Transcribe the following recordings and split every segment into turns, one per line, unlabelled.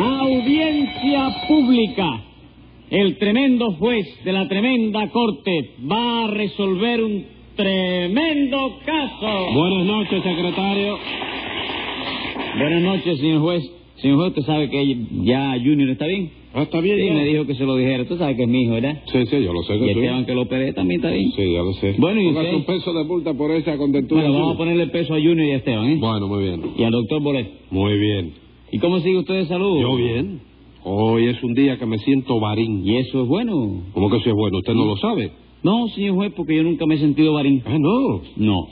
Audiencia pública. El tremendo juez de la tremenda corte va a resolver un tremendo caso.
Buenas noches, secretario.
Buenas noches, señor juez. Señor juez, usted sabe que ya Junior está bien.
Ah, ¿Está bien?
Sí,
ya?
me dijo que se lo dijera. Usted sabe que es mi hijo, ¿verdad?
Sí, sí, yo lo sé
Y
que
Esteban
tú.
que lo operé también está bien.
Sí, ya lo sé.
Bueno, ¿y
Póngase
usted?
un peso de multa por esa contentura.
Bueno, vamos
suya.
a ponerle peso a Junior y a Esteban, ¿eh?
Bueno, muy bien.
Y al doctor Bolet.
Muy bien.
¿Y cómo sigue usted de salud?
Yo bien. Hoy es un día que me siento varín.
¿Y eso es bueno?
¿Cómo que eso es bueno? ¿Usted no lo sabe?
No, señor juez, porque yo nunca me he sentido varín.
Ah, no.
No.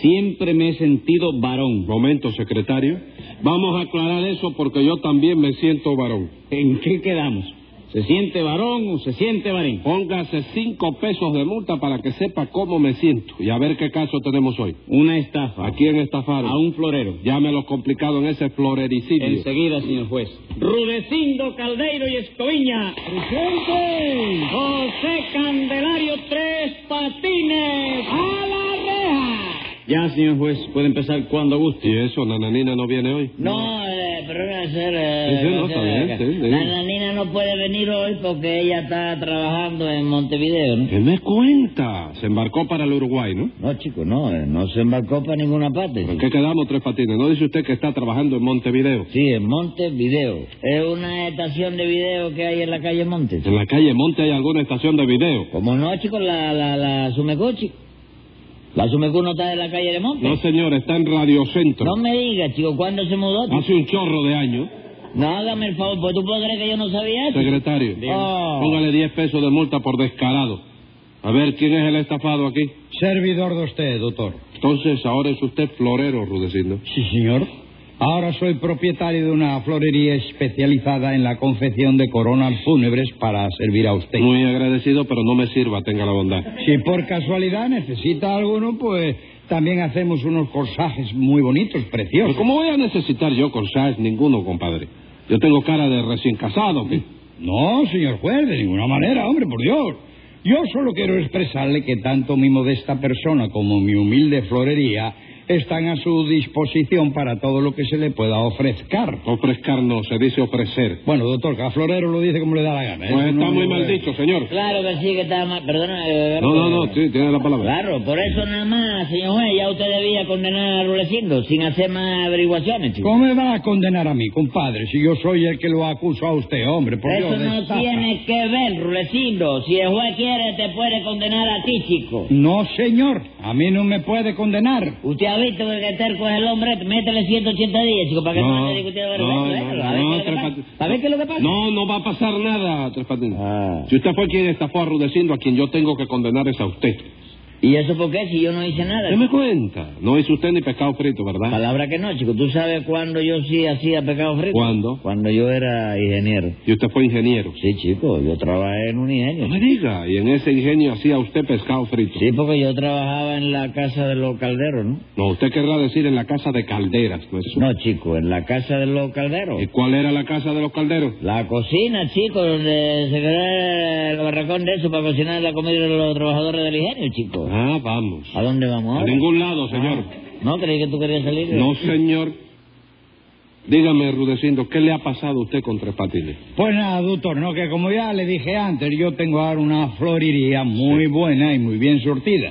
Siempre me he sentido varón.
Momento, secretario. Vamos a aclarar eso porque yo también me siento varón.
¿En qué quedamos? ¿Se siente varón o se siente varín?
Póngase cinco pesos de multa para que sepa cómo me siento y a ver qué caso tenemos hoy.
Una estafa.
¿A quién estafaron?
A un florero.
Llámelo complicado en ese florericidio.
Enseguida, señor juez. Rudecindo Caldeiro y Escoviña. ¡Presente! José Candelario Tres Patines. ¡A la reja! Ya, señor juez, puede empezar cuando guste.
¿Y eso, Nananina no viene hoy?
No, eh, pero va a ser...
Sí,
Eh,
sí,
va a
no,
ser
está bien,
acá.
sí, sí.
La nanina no puede venir hoy porque ella está trabajando en Montevideo, ¿no?
¿Qué me cuenta? Se embarcó para el Uruguay, ¿no?
No, chico, no, eh, no se embarcó para ninguna parte.
¿En qué quedamos, Tres Patines? ¿No dice usted que está trabajando en Montevideo?
Sí, en Montevideo. Es una estación de video que hay en la calle Montes.
¿En la calle Monte hay alguna estación de video?
Como no, chico, la, la, la Sumecú, chico. La Sumecú no está en la calle de Montes.
No, señor, está en Radio Centro.
No me digas, chico, ¿cuándo se mudó? chico?
Hace un chorro de años.
No, hágame el favor, pues tú puedes creer que yo no sabía eso.
Secretario, Ah.
Dígame.
Oh.
póngale 10 pesos de multa por descarado. A ver, ¿quién es el estafado aquí?
Servidor de usted, doctor.
Entonces, ahora es usted florero, Rudecindo.
Sí, señor. Ahora soy propietario de una florería especializada en la confección de coronas fúnebres para servir a usted.
Muy agradecido, pero no me sirva, tenga la bondad.
Si por casualidad necesita alguno, pues también hacemos unos corsajes muy bonitos,
Pero
preciosos.
¿Cómo voy a necesitar yo corsajes? Ninguno, compadre. Yo tengo cara de recién casado. ¿qué?
No, señor juez, de ninguna manera, hombre, por Dios. Yo solo quiero expresarle que tanto mi modesta persona como mi humilde florería están a su disposición para todo lo que se le pueda ofrezcar.
Ofrescar no, se dice ofrecer.
Bueno, doctor, cada florero lo dice como le da la gana. ¿eh?
Pues
No
está muy
digo,
mal
eh,
dicho, señor.
Claro que sí, que está mal. Perdona. eh,
No, no, no, sí, tiene la palabra.
Claro, por eso nada más, señor juez, ya usted debía condenar a Rulecindo sin hacer más averiguaciones, chico.
¿Cómo me va a condenar a mí, compadre, si yo soy el que lo acuso a usted, hombre? Por
Eso
Dios, eh. de
no
estafa?
tiene que ver, Rulecindo. Si el juez quiere, te puede condenar a ti, chico.
No, señor, a mí no me puede condenar.
Usted ha visto que el terco es el hombre, métele 180 días, chico, para que no, ande discutiendo de
no,
vergüenza,
no,
¿eh? A ver
no,
qué es lo que
Tres
pasa.
Patines.
A ver qué es lo que pasa.
No, no va a pasar nada, Tres Patines.
Ah.
Si usted fue quien estafó a Rudecindo, a quien yo tengo que condenar es a usted.
¿Y eso por qué? Si yo no hice nada.
¿Qué me cuenta? No hizo usted ni pescado frito, ¿verdad?
Palabra que no, chico. ¿Tú sabes cuándo yo sí hacía pecado frito?
¿Cuándo?
Cuando yo era ingeniero.
Y usted fue ingeniero.
Sí, chico, yo trabajé en un ingenio.
No me diga, y en ese ingenio hacía usted pescado frito.
Sí, porque yo trabajaba en la casa de los calderos, ¿no?
No, usted querrá decir en la casa de calderas, ¿no es eso?
No, chico, en la casa de los calderos.
¿Y cuál era la casa de los calderos?
La cocina, chico, donde se creó el barracón de eso para cocinar la comida de los trabajadores del ingenio, chico.
Ah, vamos.
¿A dónde vamos
A
ahora?
ningún lado, señor.
¿No creí que tú querías salir?
No, señor. Dígame, Rudecindo, ¿qué le ha pasado a usted con Tres Patines?
Pues nada, doctor, no, que como ya le dije antes, yo tengo ahora una florería muy buena y muy bien surtida.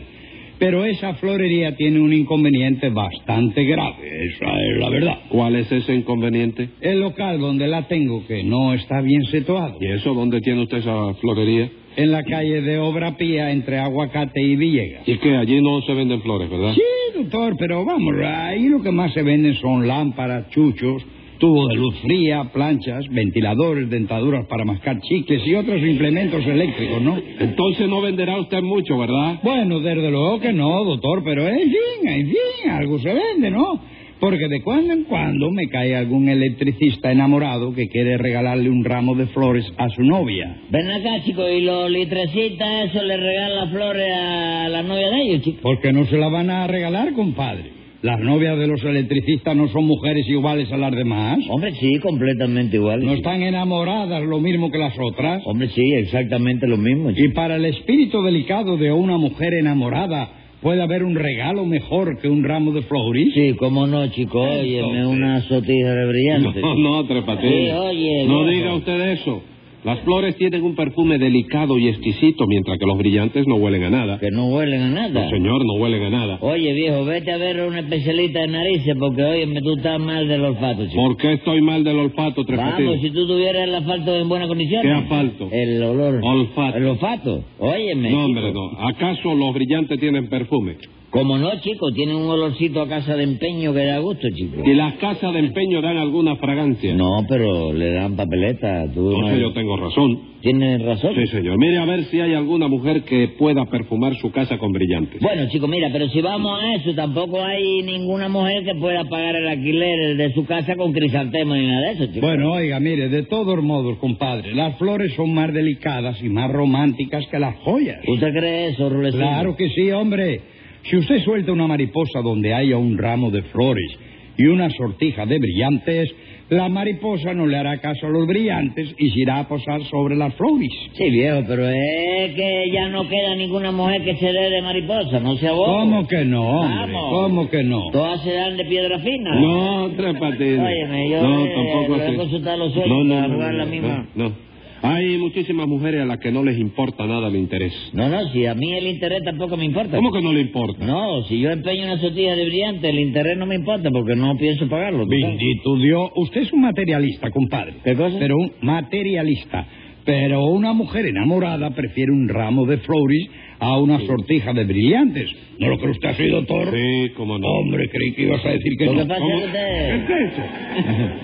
Pero esa florería tiene un inconveniente bastante grave, esa es la verdad.
¿Cuál es ese inconveniente?
El local donde la tengo, que no está bien situado,
¿Y eso dónde tiene usted esa florería?
en la calle de Obra Pía entre Aguacate y Villegas.
Y que allí no se venden flores, ¿verdad?
Sí, doctor, pero vamos, ahí lo que más se venden son lámparas, chuchos, tubos de luz fría, planchas, ventiladores, dentaduras para mascar chicles y otros implementos eléctricos, ¿no?
Entonces no venderá usted mucho, ¿verdad?
Bueno, desde luego que no, doctor, pero en fin, en fin, algo se vende, ¿no? Porque de cuando en cuando me cae algún electricista enamorado que quiere regalarle un ramo de flores a su novia.
Ven acá, chico, y los litrecitas eso le regalan flores a la novia de ellos, chico.
Porque no se la van a regalar, compadre. Las novias de los electricistas no son mujeres iguales a las demás.
Hombre, sí, completamente igual.
No
chico.
están enamoradas lo mismo que las otras.
Hombre, sí, exactamente lo mismo,
Y
chico.
para el espíritu delicado de una mujer enamorada, ¿Puede haber un regalo mejor que un ramo de flores?
Sí, cómo no, chico. Óyeme,
Entonces.
una sotija de brillante.
No, no, Tres Patines.
Sí, oye,
no
viejo.
diga usted eso. Las flores tienen un perfume delicado y exquisito, mientras que los brillantes no huelen a nada.
Que no huelen a nada.
No, señor, no huelen a nada.
Oye, viejo, vete a ver a un especialista de narices porque, óyeme, tú estás mal del olfato, chico.
¿Por qué estoy mal del olfato, Tres
Vamos, si
Patines?
tú tuvieras el asfalto en buena condición.
¿Qué asfalto?
El olor.
Olfato.
El olfato. Óyeme.
No, hombre, no. ¿Acaso los brillantes tienen perfume?
Como no, chico, tiene un olorcito a casa de empeño que da gusto, chico.
¿Y las casas de empeño dan alguna fragancia?
No, pero le dan papeleta. Tú
Entonces
no-
yo tengo razón.
Tienes razón.
Sí, señor. Mire a ver si hay alguna mujer que pueda perfumar su casa con brillantes.
Bueno, chico, mira, pero si vamos a eso, tampoco hay ninguna mujer que pueda pagar el alquiler de su casa con crisantema ni nada de eso, chico.
Bueno, oiga, mire, de todos modos, compadre, las flores son más delicadas y más románticas que las joyas.
¿Usted cree eso, Rulecino?
Claro que sí, hombre. Si usted suelta una mariposa donde haya un ramo de flores y una sortija de brillantes, la mariposa no le hará caso a los brillantes y se irá a posar sobre las flores.
Sí, viejo, pero es que ya no queda ninguna mujer que se dé de mariposa, no sea vos.
¿Cómo que no, hombre?
Oh. Vamos.
¿Cómo que no?
Todas se dan de piedra fina.
No, Tres Patines.
Óyeme, yo,
no,
eh,
tampoco
lo he
así.
consultado los sueños para jugar la misma.
No, no. Hay muchísimas mujeres a las que no les importa nada el interés.
No, no, si a mí el interés tampoco me importa.
¿Cómo que no le importa?
No, si yo empeño una sotilla de brillante, el interés no me importa porque no pienso pagarlo. ¿tú sabes?
Bendito Dios, usted es un materialista, compadre.
¿Qué cosa?
Pero un materialista. Pero una mujer enamorada prefiere un ramo de flores a una sortija de brillantes. ¿No lo cree usted así, doctor?
Sí, cómo no.
eh,
Hombre, creí que ibas a decir que
Lo
no.
que pasa
¿Cómo?
es que usted...
¿Qué es eso?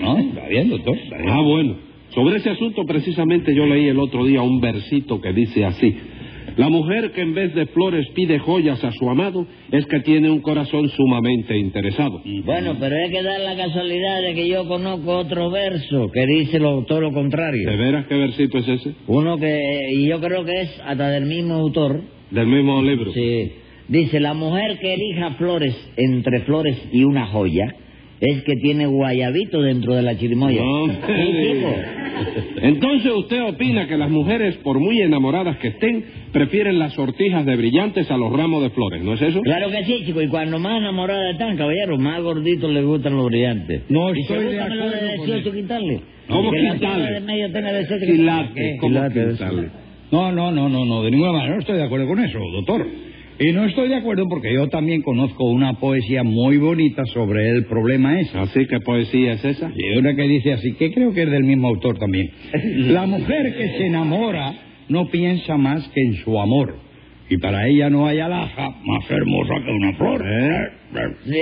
No, está bien, doctor. está bien.
Ah, bueno. Sobre ese asunto, precisamente yo leí el otro día un versito que dice así. La mujer que en vez de flores pide joyas a su amado es que tiene un corazón sumamente interesado.
Mm.
Bueno, pero es que da la casualidad de que yo conozco otro verso que dice lo- todo lo
¿De
contrario.
veras qué versito es ese?
Uno que, y yo creo que es hasta del mismo autor,
Del mismo libro.
sí, dice, la mujer que elija flores entre flores y una joya es que tiene guayabito dentro de la chirimoya.
No,
Sí, chico.
Ah, Entonces usted opina que las mujeres, por muy enamoradas que estén, prefieren las sortijas de brillantes a los ramos de flores, ¿no es eso?
Claro que sí, chico, y cuando más enamorada están, caballero, más gorditos les gustan los brillantes.
No
y
estoy de
seguro me lo
acuerdo con
18 quintales.
¿Cómo
Que la
quintales?
tabla de medio tenga 18
Quilates,
¿Qué?
¿cómo
Quilates.
quitarle?
No, no, no, no, no, de ninguna manera no estoy de acuerdo con eso, doctor. Y no estoy de acuerdo porque yo también conozco una poesía muy bonita sobre el problema ese.
Así que ¿Ah, poesía es esa.
Y una que dice así, que creo que es del mismo autor también. La mujer que se enamora no piensa más que en su amor. Y para ella no hay alhaja más hermosa que una flor. ¿eh?
Sí,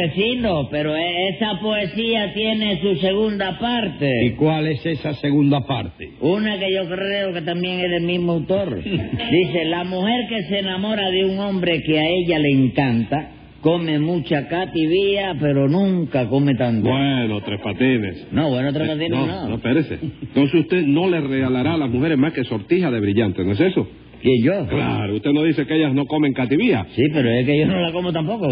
Rulecino, pero e- esa poesía tiene su segunda
¿Y
parte.
cuál es esa segunda parte?
Una que yo creo que también es del mismo autor. Dice, la mujer que se enamora de un hombre que a ella le encanta, come mucha cativía, pero nunca come tanto.
Bueno, tres patines.
No, bueno, otro no tiene,
Eh, no, espérese. Entonces usted no le regalará a las mujeres más que sortijas de brillantes, ¿no es eso?
¿Quién, yo?
Claro, usted no dice que ellas no comen cativía.
Sí, pero es que yo no la como tampoco.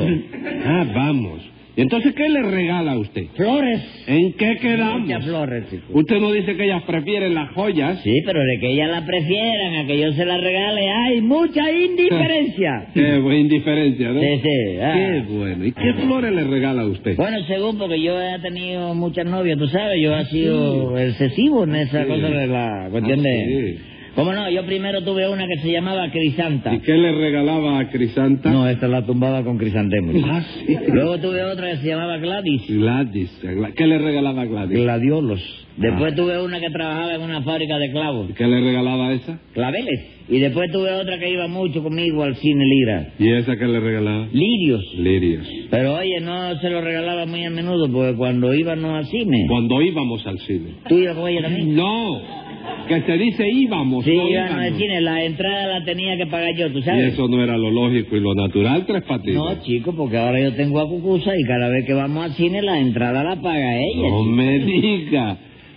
Ah, vamos. ¿Y entonces qué le regala a usted?
Flores.
¿En qué
Muchas
quedamos?
flores, chico.
Usted no dice que ellas prefieren las joyas.
Sí, pero de que ella la prefieran, a que yo se la regale, hay mucha indiferencia.
Qué bu- indiferencia, ¿no?
Sí, sí, ah.
Qué bueno. ¿Y qué flores le regala a usted?
Bueno, según porque yo he tenido muchas novias, tú sabes, yo he sido excesivo en esa
Sí.
cosa de la cuestión
Ah,
de...
sí.
¿Cómo no? Yo primero tuve una que se llamaba Crisanta.
¿Y qué le regalaba a Crisanta?
No, esta la tumbaba con crisantemo.
Ah, sí.
Luego tuve otra que se llamaba Gladys.
Gladys. eh, Gla- ¿Qué le regalaba a Gladys?
Gladiolos. Después
Ah.
tuve una que trabajaba en una fábrica de clavos.
¿Y ¿Qué le regalaba a esa?
Claveles. Y después tuve otra que iba mucho conmigo al cine Lira.
¿Y esa qué le regalaba?
Lirios.
Lirios.
Pero oye, no se lo regalaba muy a menudo porque cuando íbamos al cine.
Cuando íbamos al cine.
¿Tú ibas con ella también?
No, que se dice íbamos.
Sí,
no
íbamos al
íbamos.
cine. La entrada la tenía que pagar yo, ¿tú
Y
sabes?
eso no era lo lógico y lo natural, Tres Patines.
No, chico, porque ahora yo tengo a Cucusa y cada vez que vamos al cine la entrada la paga ella.
No
chico.
me diga.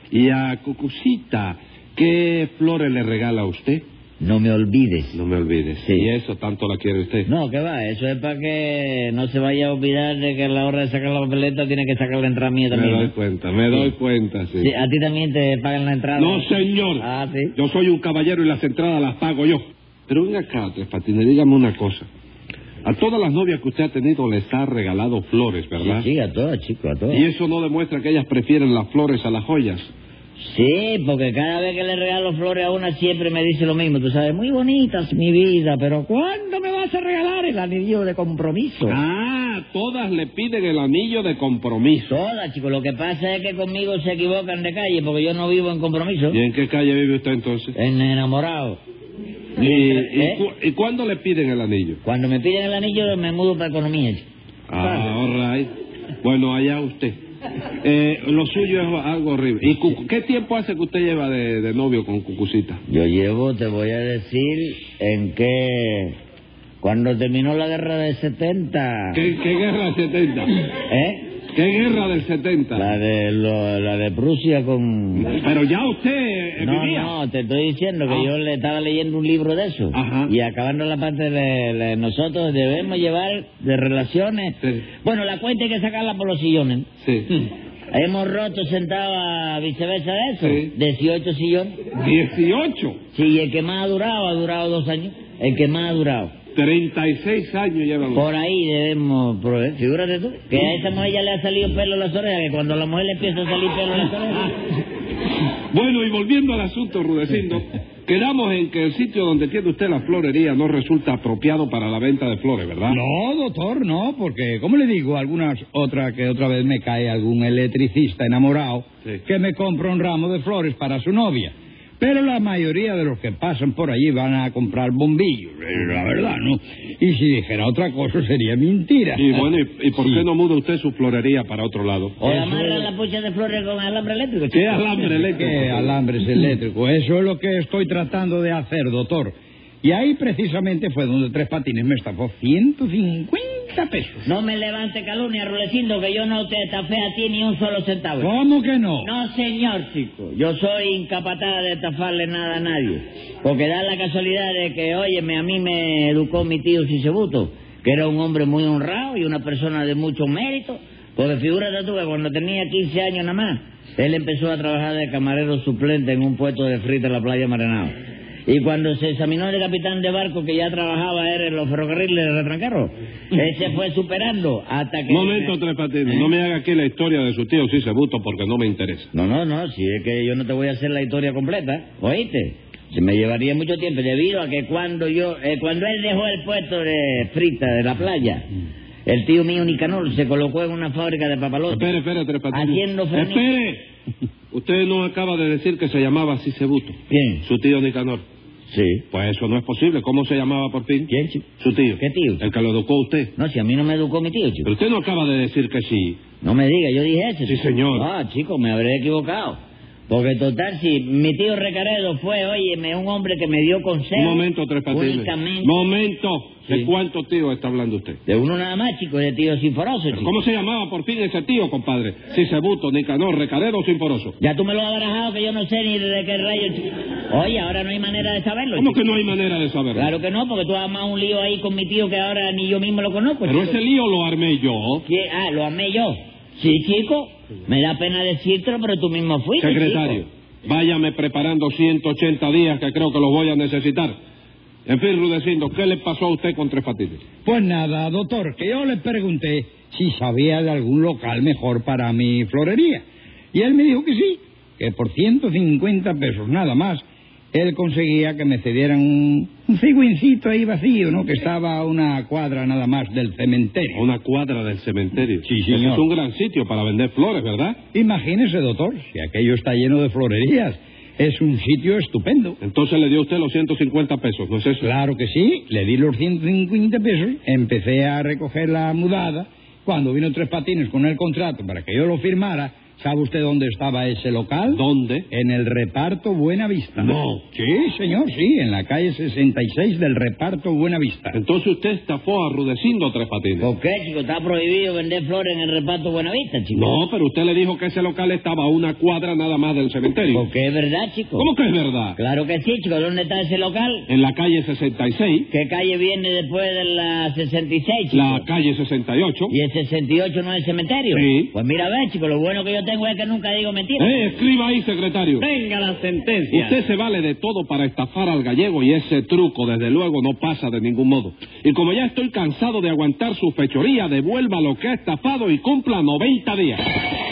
Y a Cucucita, ¿qué flores le regala a usted?
No me olvides.
No me olvides.
Sí.
Y eso tanto la quiere usted.
No, que va, eso es para que no se vaya a olvidar de que a la hora de sacar la papeleta tiene que sacar la entrada mía
me
también.
doy
¿no?
cuenta, me doy cuenta, sí.
Sí, a ti también te pagan la entrada.
No, señor.
Ah, sí.
Yo soy un caballero y las entradas las pago yo. Pero venga acá, Tres Patines, dígame una cosa. A todas las novias que usted ha tenido les ha regalado flores, ¿verdad?
Sí, a todas, chico, a todas.
Y eso no demuestra que ellas prefieren las flores a las joyas.
Sí, porque cada vez que le regalo flores a una siempre me dice lo mismo, tú sabes, muy bonitas mi vida, pero ¿cuándo me vas a regalar el anillo de compromiso?
Ah, todas le piden el anillo de compromiso.
Todas, chicos, lo que pasa es que conmigo se equivocan de calle porque yo no vivo en compromiso,
¿Y en qué calle vive usted entonces?
en enamorado.
¿Y, y
¿Eh?
cu- y cuándo le piden el anillo?
Cuando me piden el anillo me mudo para economía, chico.
Ah, all right. Bueno, allá usted. Eh, lo suyo es algo horrible. ¿Y Cucu- qué tiempo hace que usted lleva de, de novio con Cucucita?
Yo llevo, te voy a decir, en qué... Cuando terminó la guerra de 70...
¿Qué, qué guerra del 70?
¿Eh?
¿Qué guerra del 70?
La de, lo- la de Prusia con...
Pero ya usted eh,
No,
vivía.
no, te estoy diciendo que
Ah.
yo le estaba leyendo un libro de eso.
Ajá.
Y acabando la parte de, de nosotros debemos llevar de relaciones.
Sí.
Bueno, la cuenta hay que sacarla por los sillones.
Sí.
Hmm. Hemos roto sentado a viceversa de eso.
Sí.
18 sillones.
18.
Sí, y el que más ha durado ha durado dos años. El que más ha durado.
36 años llevan.
Por ahí debemos, pro- figúrate tú, que a esa mujer ya le ha salido pelo en las orejas, que cuando a la mujer le empieza a salir pelo en las orejas...
Bueno, y volviendo al asunto, Rudecindo, quedamos en que el sitio donde tiene usted la florería no resulta apropiado para la venta de flores, ¿verdad?
No, doctor, no, porque, como le digo, algunas otra que otra vez me cae algún electricista enamorado
Sí.
que me compra un ramo de flores para su novia. Pero la mayoría de los que pasan por allí van a comprar bombillos, eh, la verdad, ¿no? Y si dijera otra cosa sería mentira.
Y bueno, ¿y, y por
Sí.
qué no muda usted su florería para otro lado?
O amarra la pucha de flores con alambre eléctrico. chico.
¿Qué alambre eléctrico?
Que alambres eléctricos. Eso es lo que estoy tratando de hacer, doctor. Y ahí precisamente fue donde Tres Patines me estafó 150 pesos.
No me levante calumnia, Rulecindo, que yo no te estafé a ti ni un solo centavo.
¿Cómo que no?
No, señor, chico. Yo soy incapatada de estafarle nada a nadie. Porque da la casualidad de que, óyeme, a mí me educó mi tío Sisebuto, que era un hombre muy honrado y una persona de mucho mérito. Porque figúrate tú que cuando tenía 15 años nada más, él empezó a trabajar de camarero suplente en un puesto de frita en la playa Marenao. Y cuando se examinó el capitán de barco que ya trabajaba era en los ferrocarriles de Retranquero, él se fue superando hasta que...
Momento, Tres Patines,
¿eh?
no me haga aquí la historia de su tío Sisebuto porque no me interesa.
No, no, no, si es que yo no te voy a hacer la historia completa, ¿oíste? Se me llevaría mucho tiempo, debido a que cuando yo, eh, cuando él dejó el puesto de frita de la playa,
Mm.
el tío mío Nicanor se colocó en una fábrica de papalotes.
Espere, espere, Tres Patines.
Haciendo feliz.
¡Espere! Usted no acaba de decir que se llamaba Sisebuto,
¿Quién?
su tío Nicanor.
Sí.
Pues eso no es posible. ¿Cómo se llamaba por fin?
¿Quién, chico?
Su tío.
¿Qué tío?
El que lo educó a usted.
No, si a mí no me educó mi tío,
Pero
chico.
usted no acaba de decir que sí.
No me diga, yo dije eso.
Sí,
chico.
señor.
Ah, chico, me habré equivocado. Porque total, si mi tío Recaredo fue, óyeme, un hombre que me dio consejos.
Un momento, Tres Patines.
Únicamente.
Momento. ¿De
Sí.
cuánto tío está hablando usted?
De uno nada más, chico, de tío sinforoso,
¿Pero
chico.
¿Cómo se llamaba por fin ese tío, compadre? Sisebuto, Nicanor, Recarero o Sinforoso.
Ya tú me lo has barajado que yo no sé ni de qué rayos. Oye, ahora no hay manera de saberlo.
¿Cómo
chico.
que no hay manera de saberlo?
Claro que no, porque tú has armado un lío ahí con mi tío que ahora ni yo mismo lo conozco.
Pero
chico.
ese lío lo armé yo.
¿Qué? Ah, lo amé yo. Sí, chico. Me da pena decírtelo, pero tú mismo fuiste.
Secretario,
chico.
váyame preparando 180 días que creo que los voy a necesitar. En fin, Rudecindo, ¿qué le pasó a usted con Tres Patines?
Pues nada, doctor, que yo le pregunté si sabía de algún local mejor para mi florería. Y él me dijo que sí, que por 150 pesos nada más, él conseguía que me cedieran un, un cigüencito ahí vacío, ¿no? Que estaba a una cuadra nada más del
A
cementerio.
una cuadra del cementerio.
Sí,
Ese
señor.
Es un gran sitio para vender flores, ¿verdad?
Imagínese, doctor, si aquello está lleno de florerías. Es un sitio estupendo.
Entonces le dio usted los 150 pesos, ¿no es eso?
Claro que sí, le di los 150 pesos, empecé a recoger la mudada. Cuando vino Tres Patines con el contrato para que yo lo firmara, ¿sabe usted dónde estaba ese local?
¿Dónde?
En el reparto Buena Vista.
No.
Sí, señor, sí, en la calle 66 del reparto Buena Vista.
Entonces usted estafó a Rudecindo Tres Patines.
¿Por qué, chico? Está prohibido vender flores en el reparto Buenavista, chico.
No, pero usted le dijo que ese local estaba a una cuadra nada más del cementerio.
Porque es verdad, chico.
¿Cómo que es verdad?
Claro que sí, chico. ¿Dónde está ese local?
En la calle 66,
¿Qué calle viene después de la 66, chico?
la calle 68.
¿Y el 68 no es el cementerio?
Sí.
Pues mira, a ver, chico, lo bueno que yo tengo es que nunca digo mentiras.
Eh, escriba ahí, secretario.
Venga la sentencia.
Usted se vale de todo para estafar al gallego y ese truco, desde luego, no pasa de ningún modo. Y como ya estoy cansado de aguantar su fechoría, devuelva lo que ha estafado y cumpla 90 días.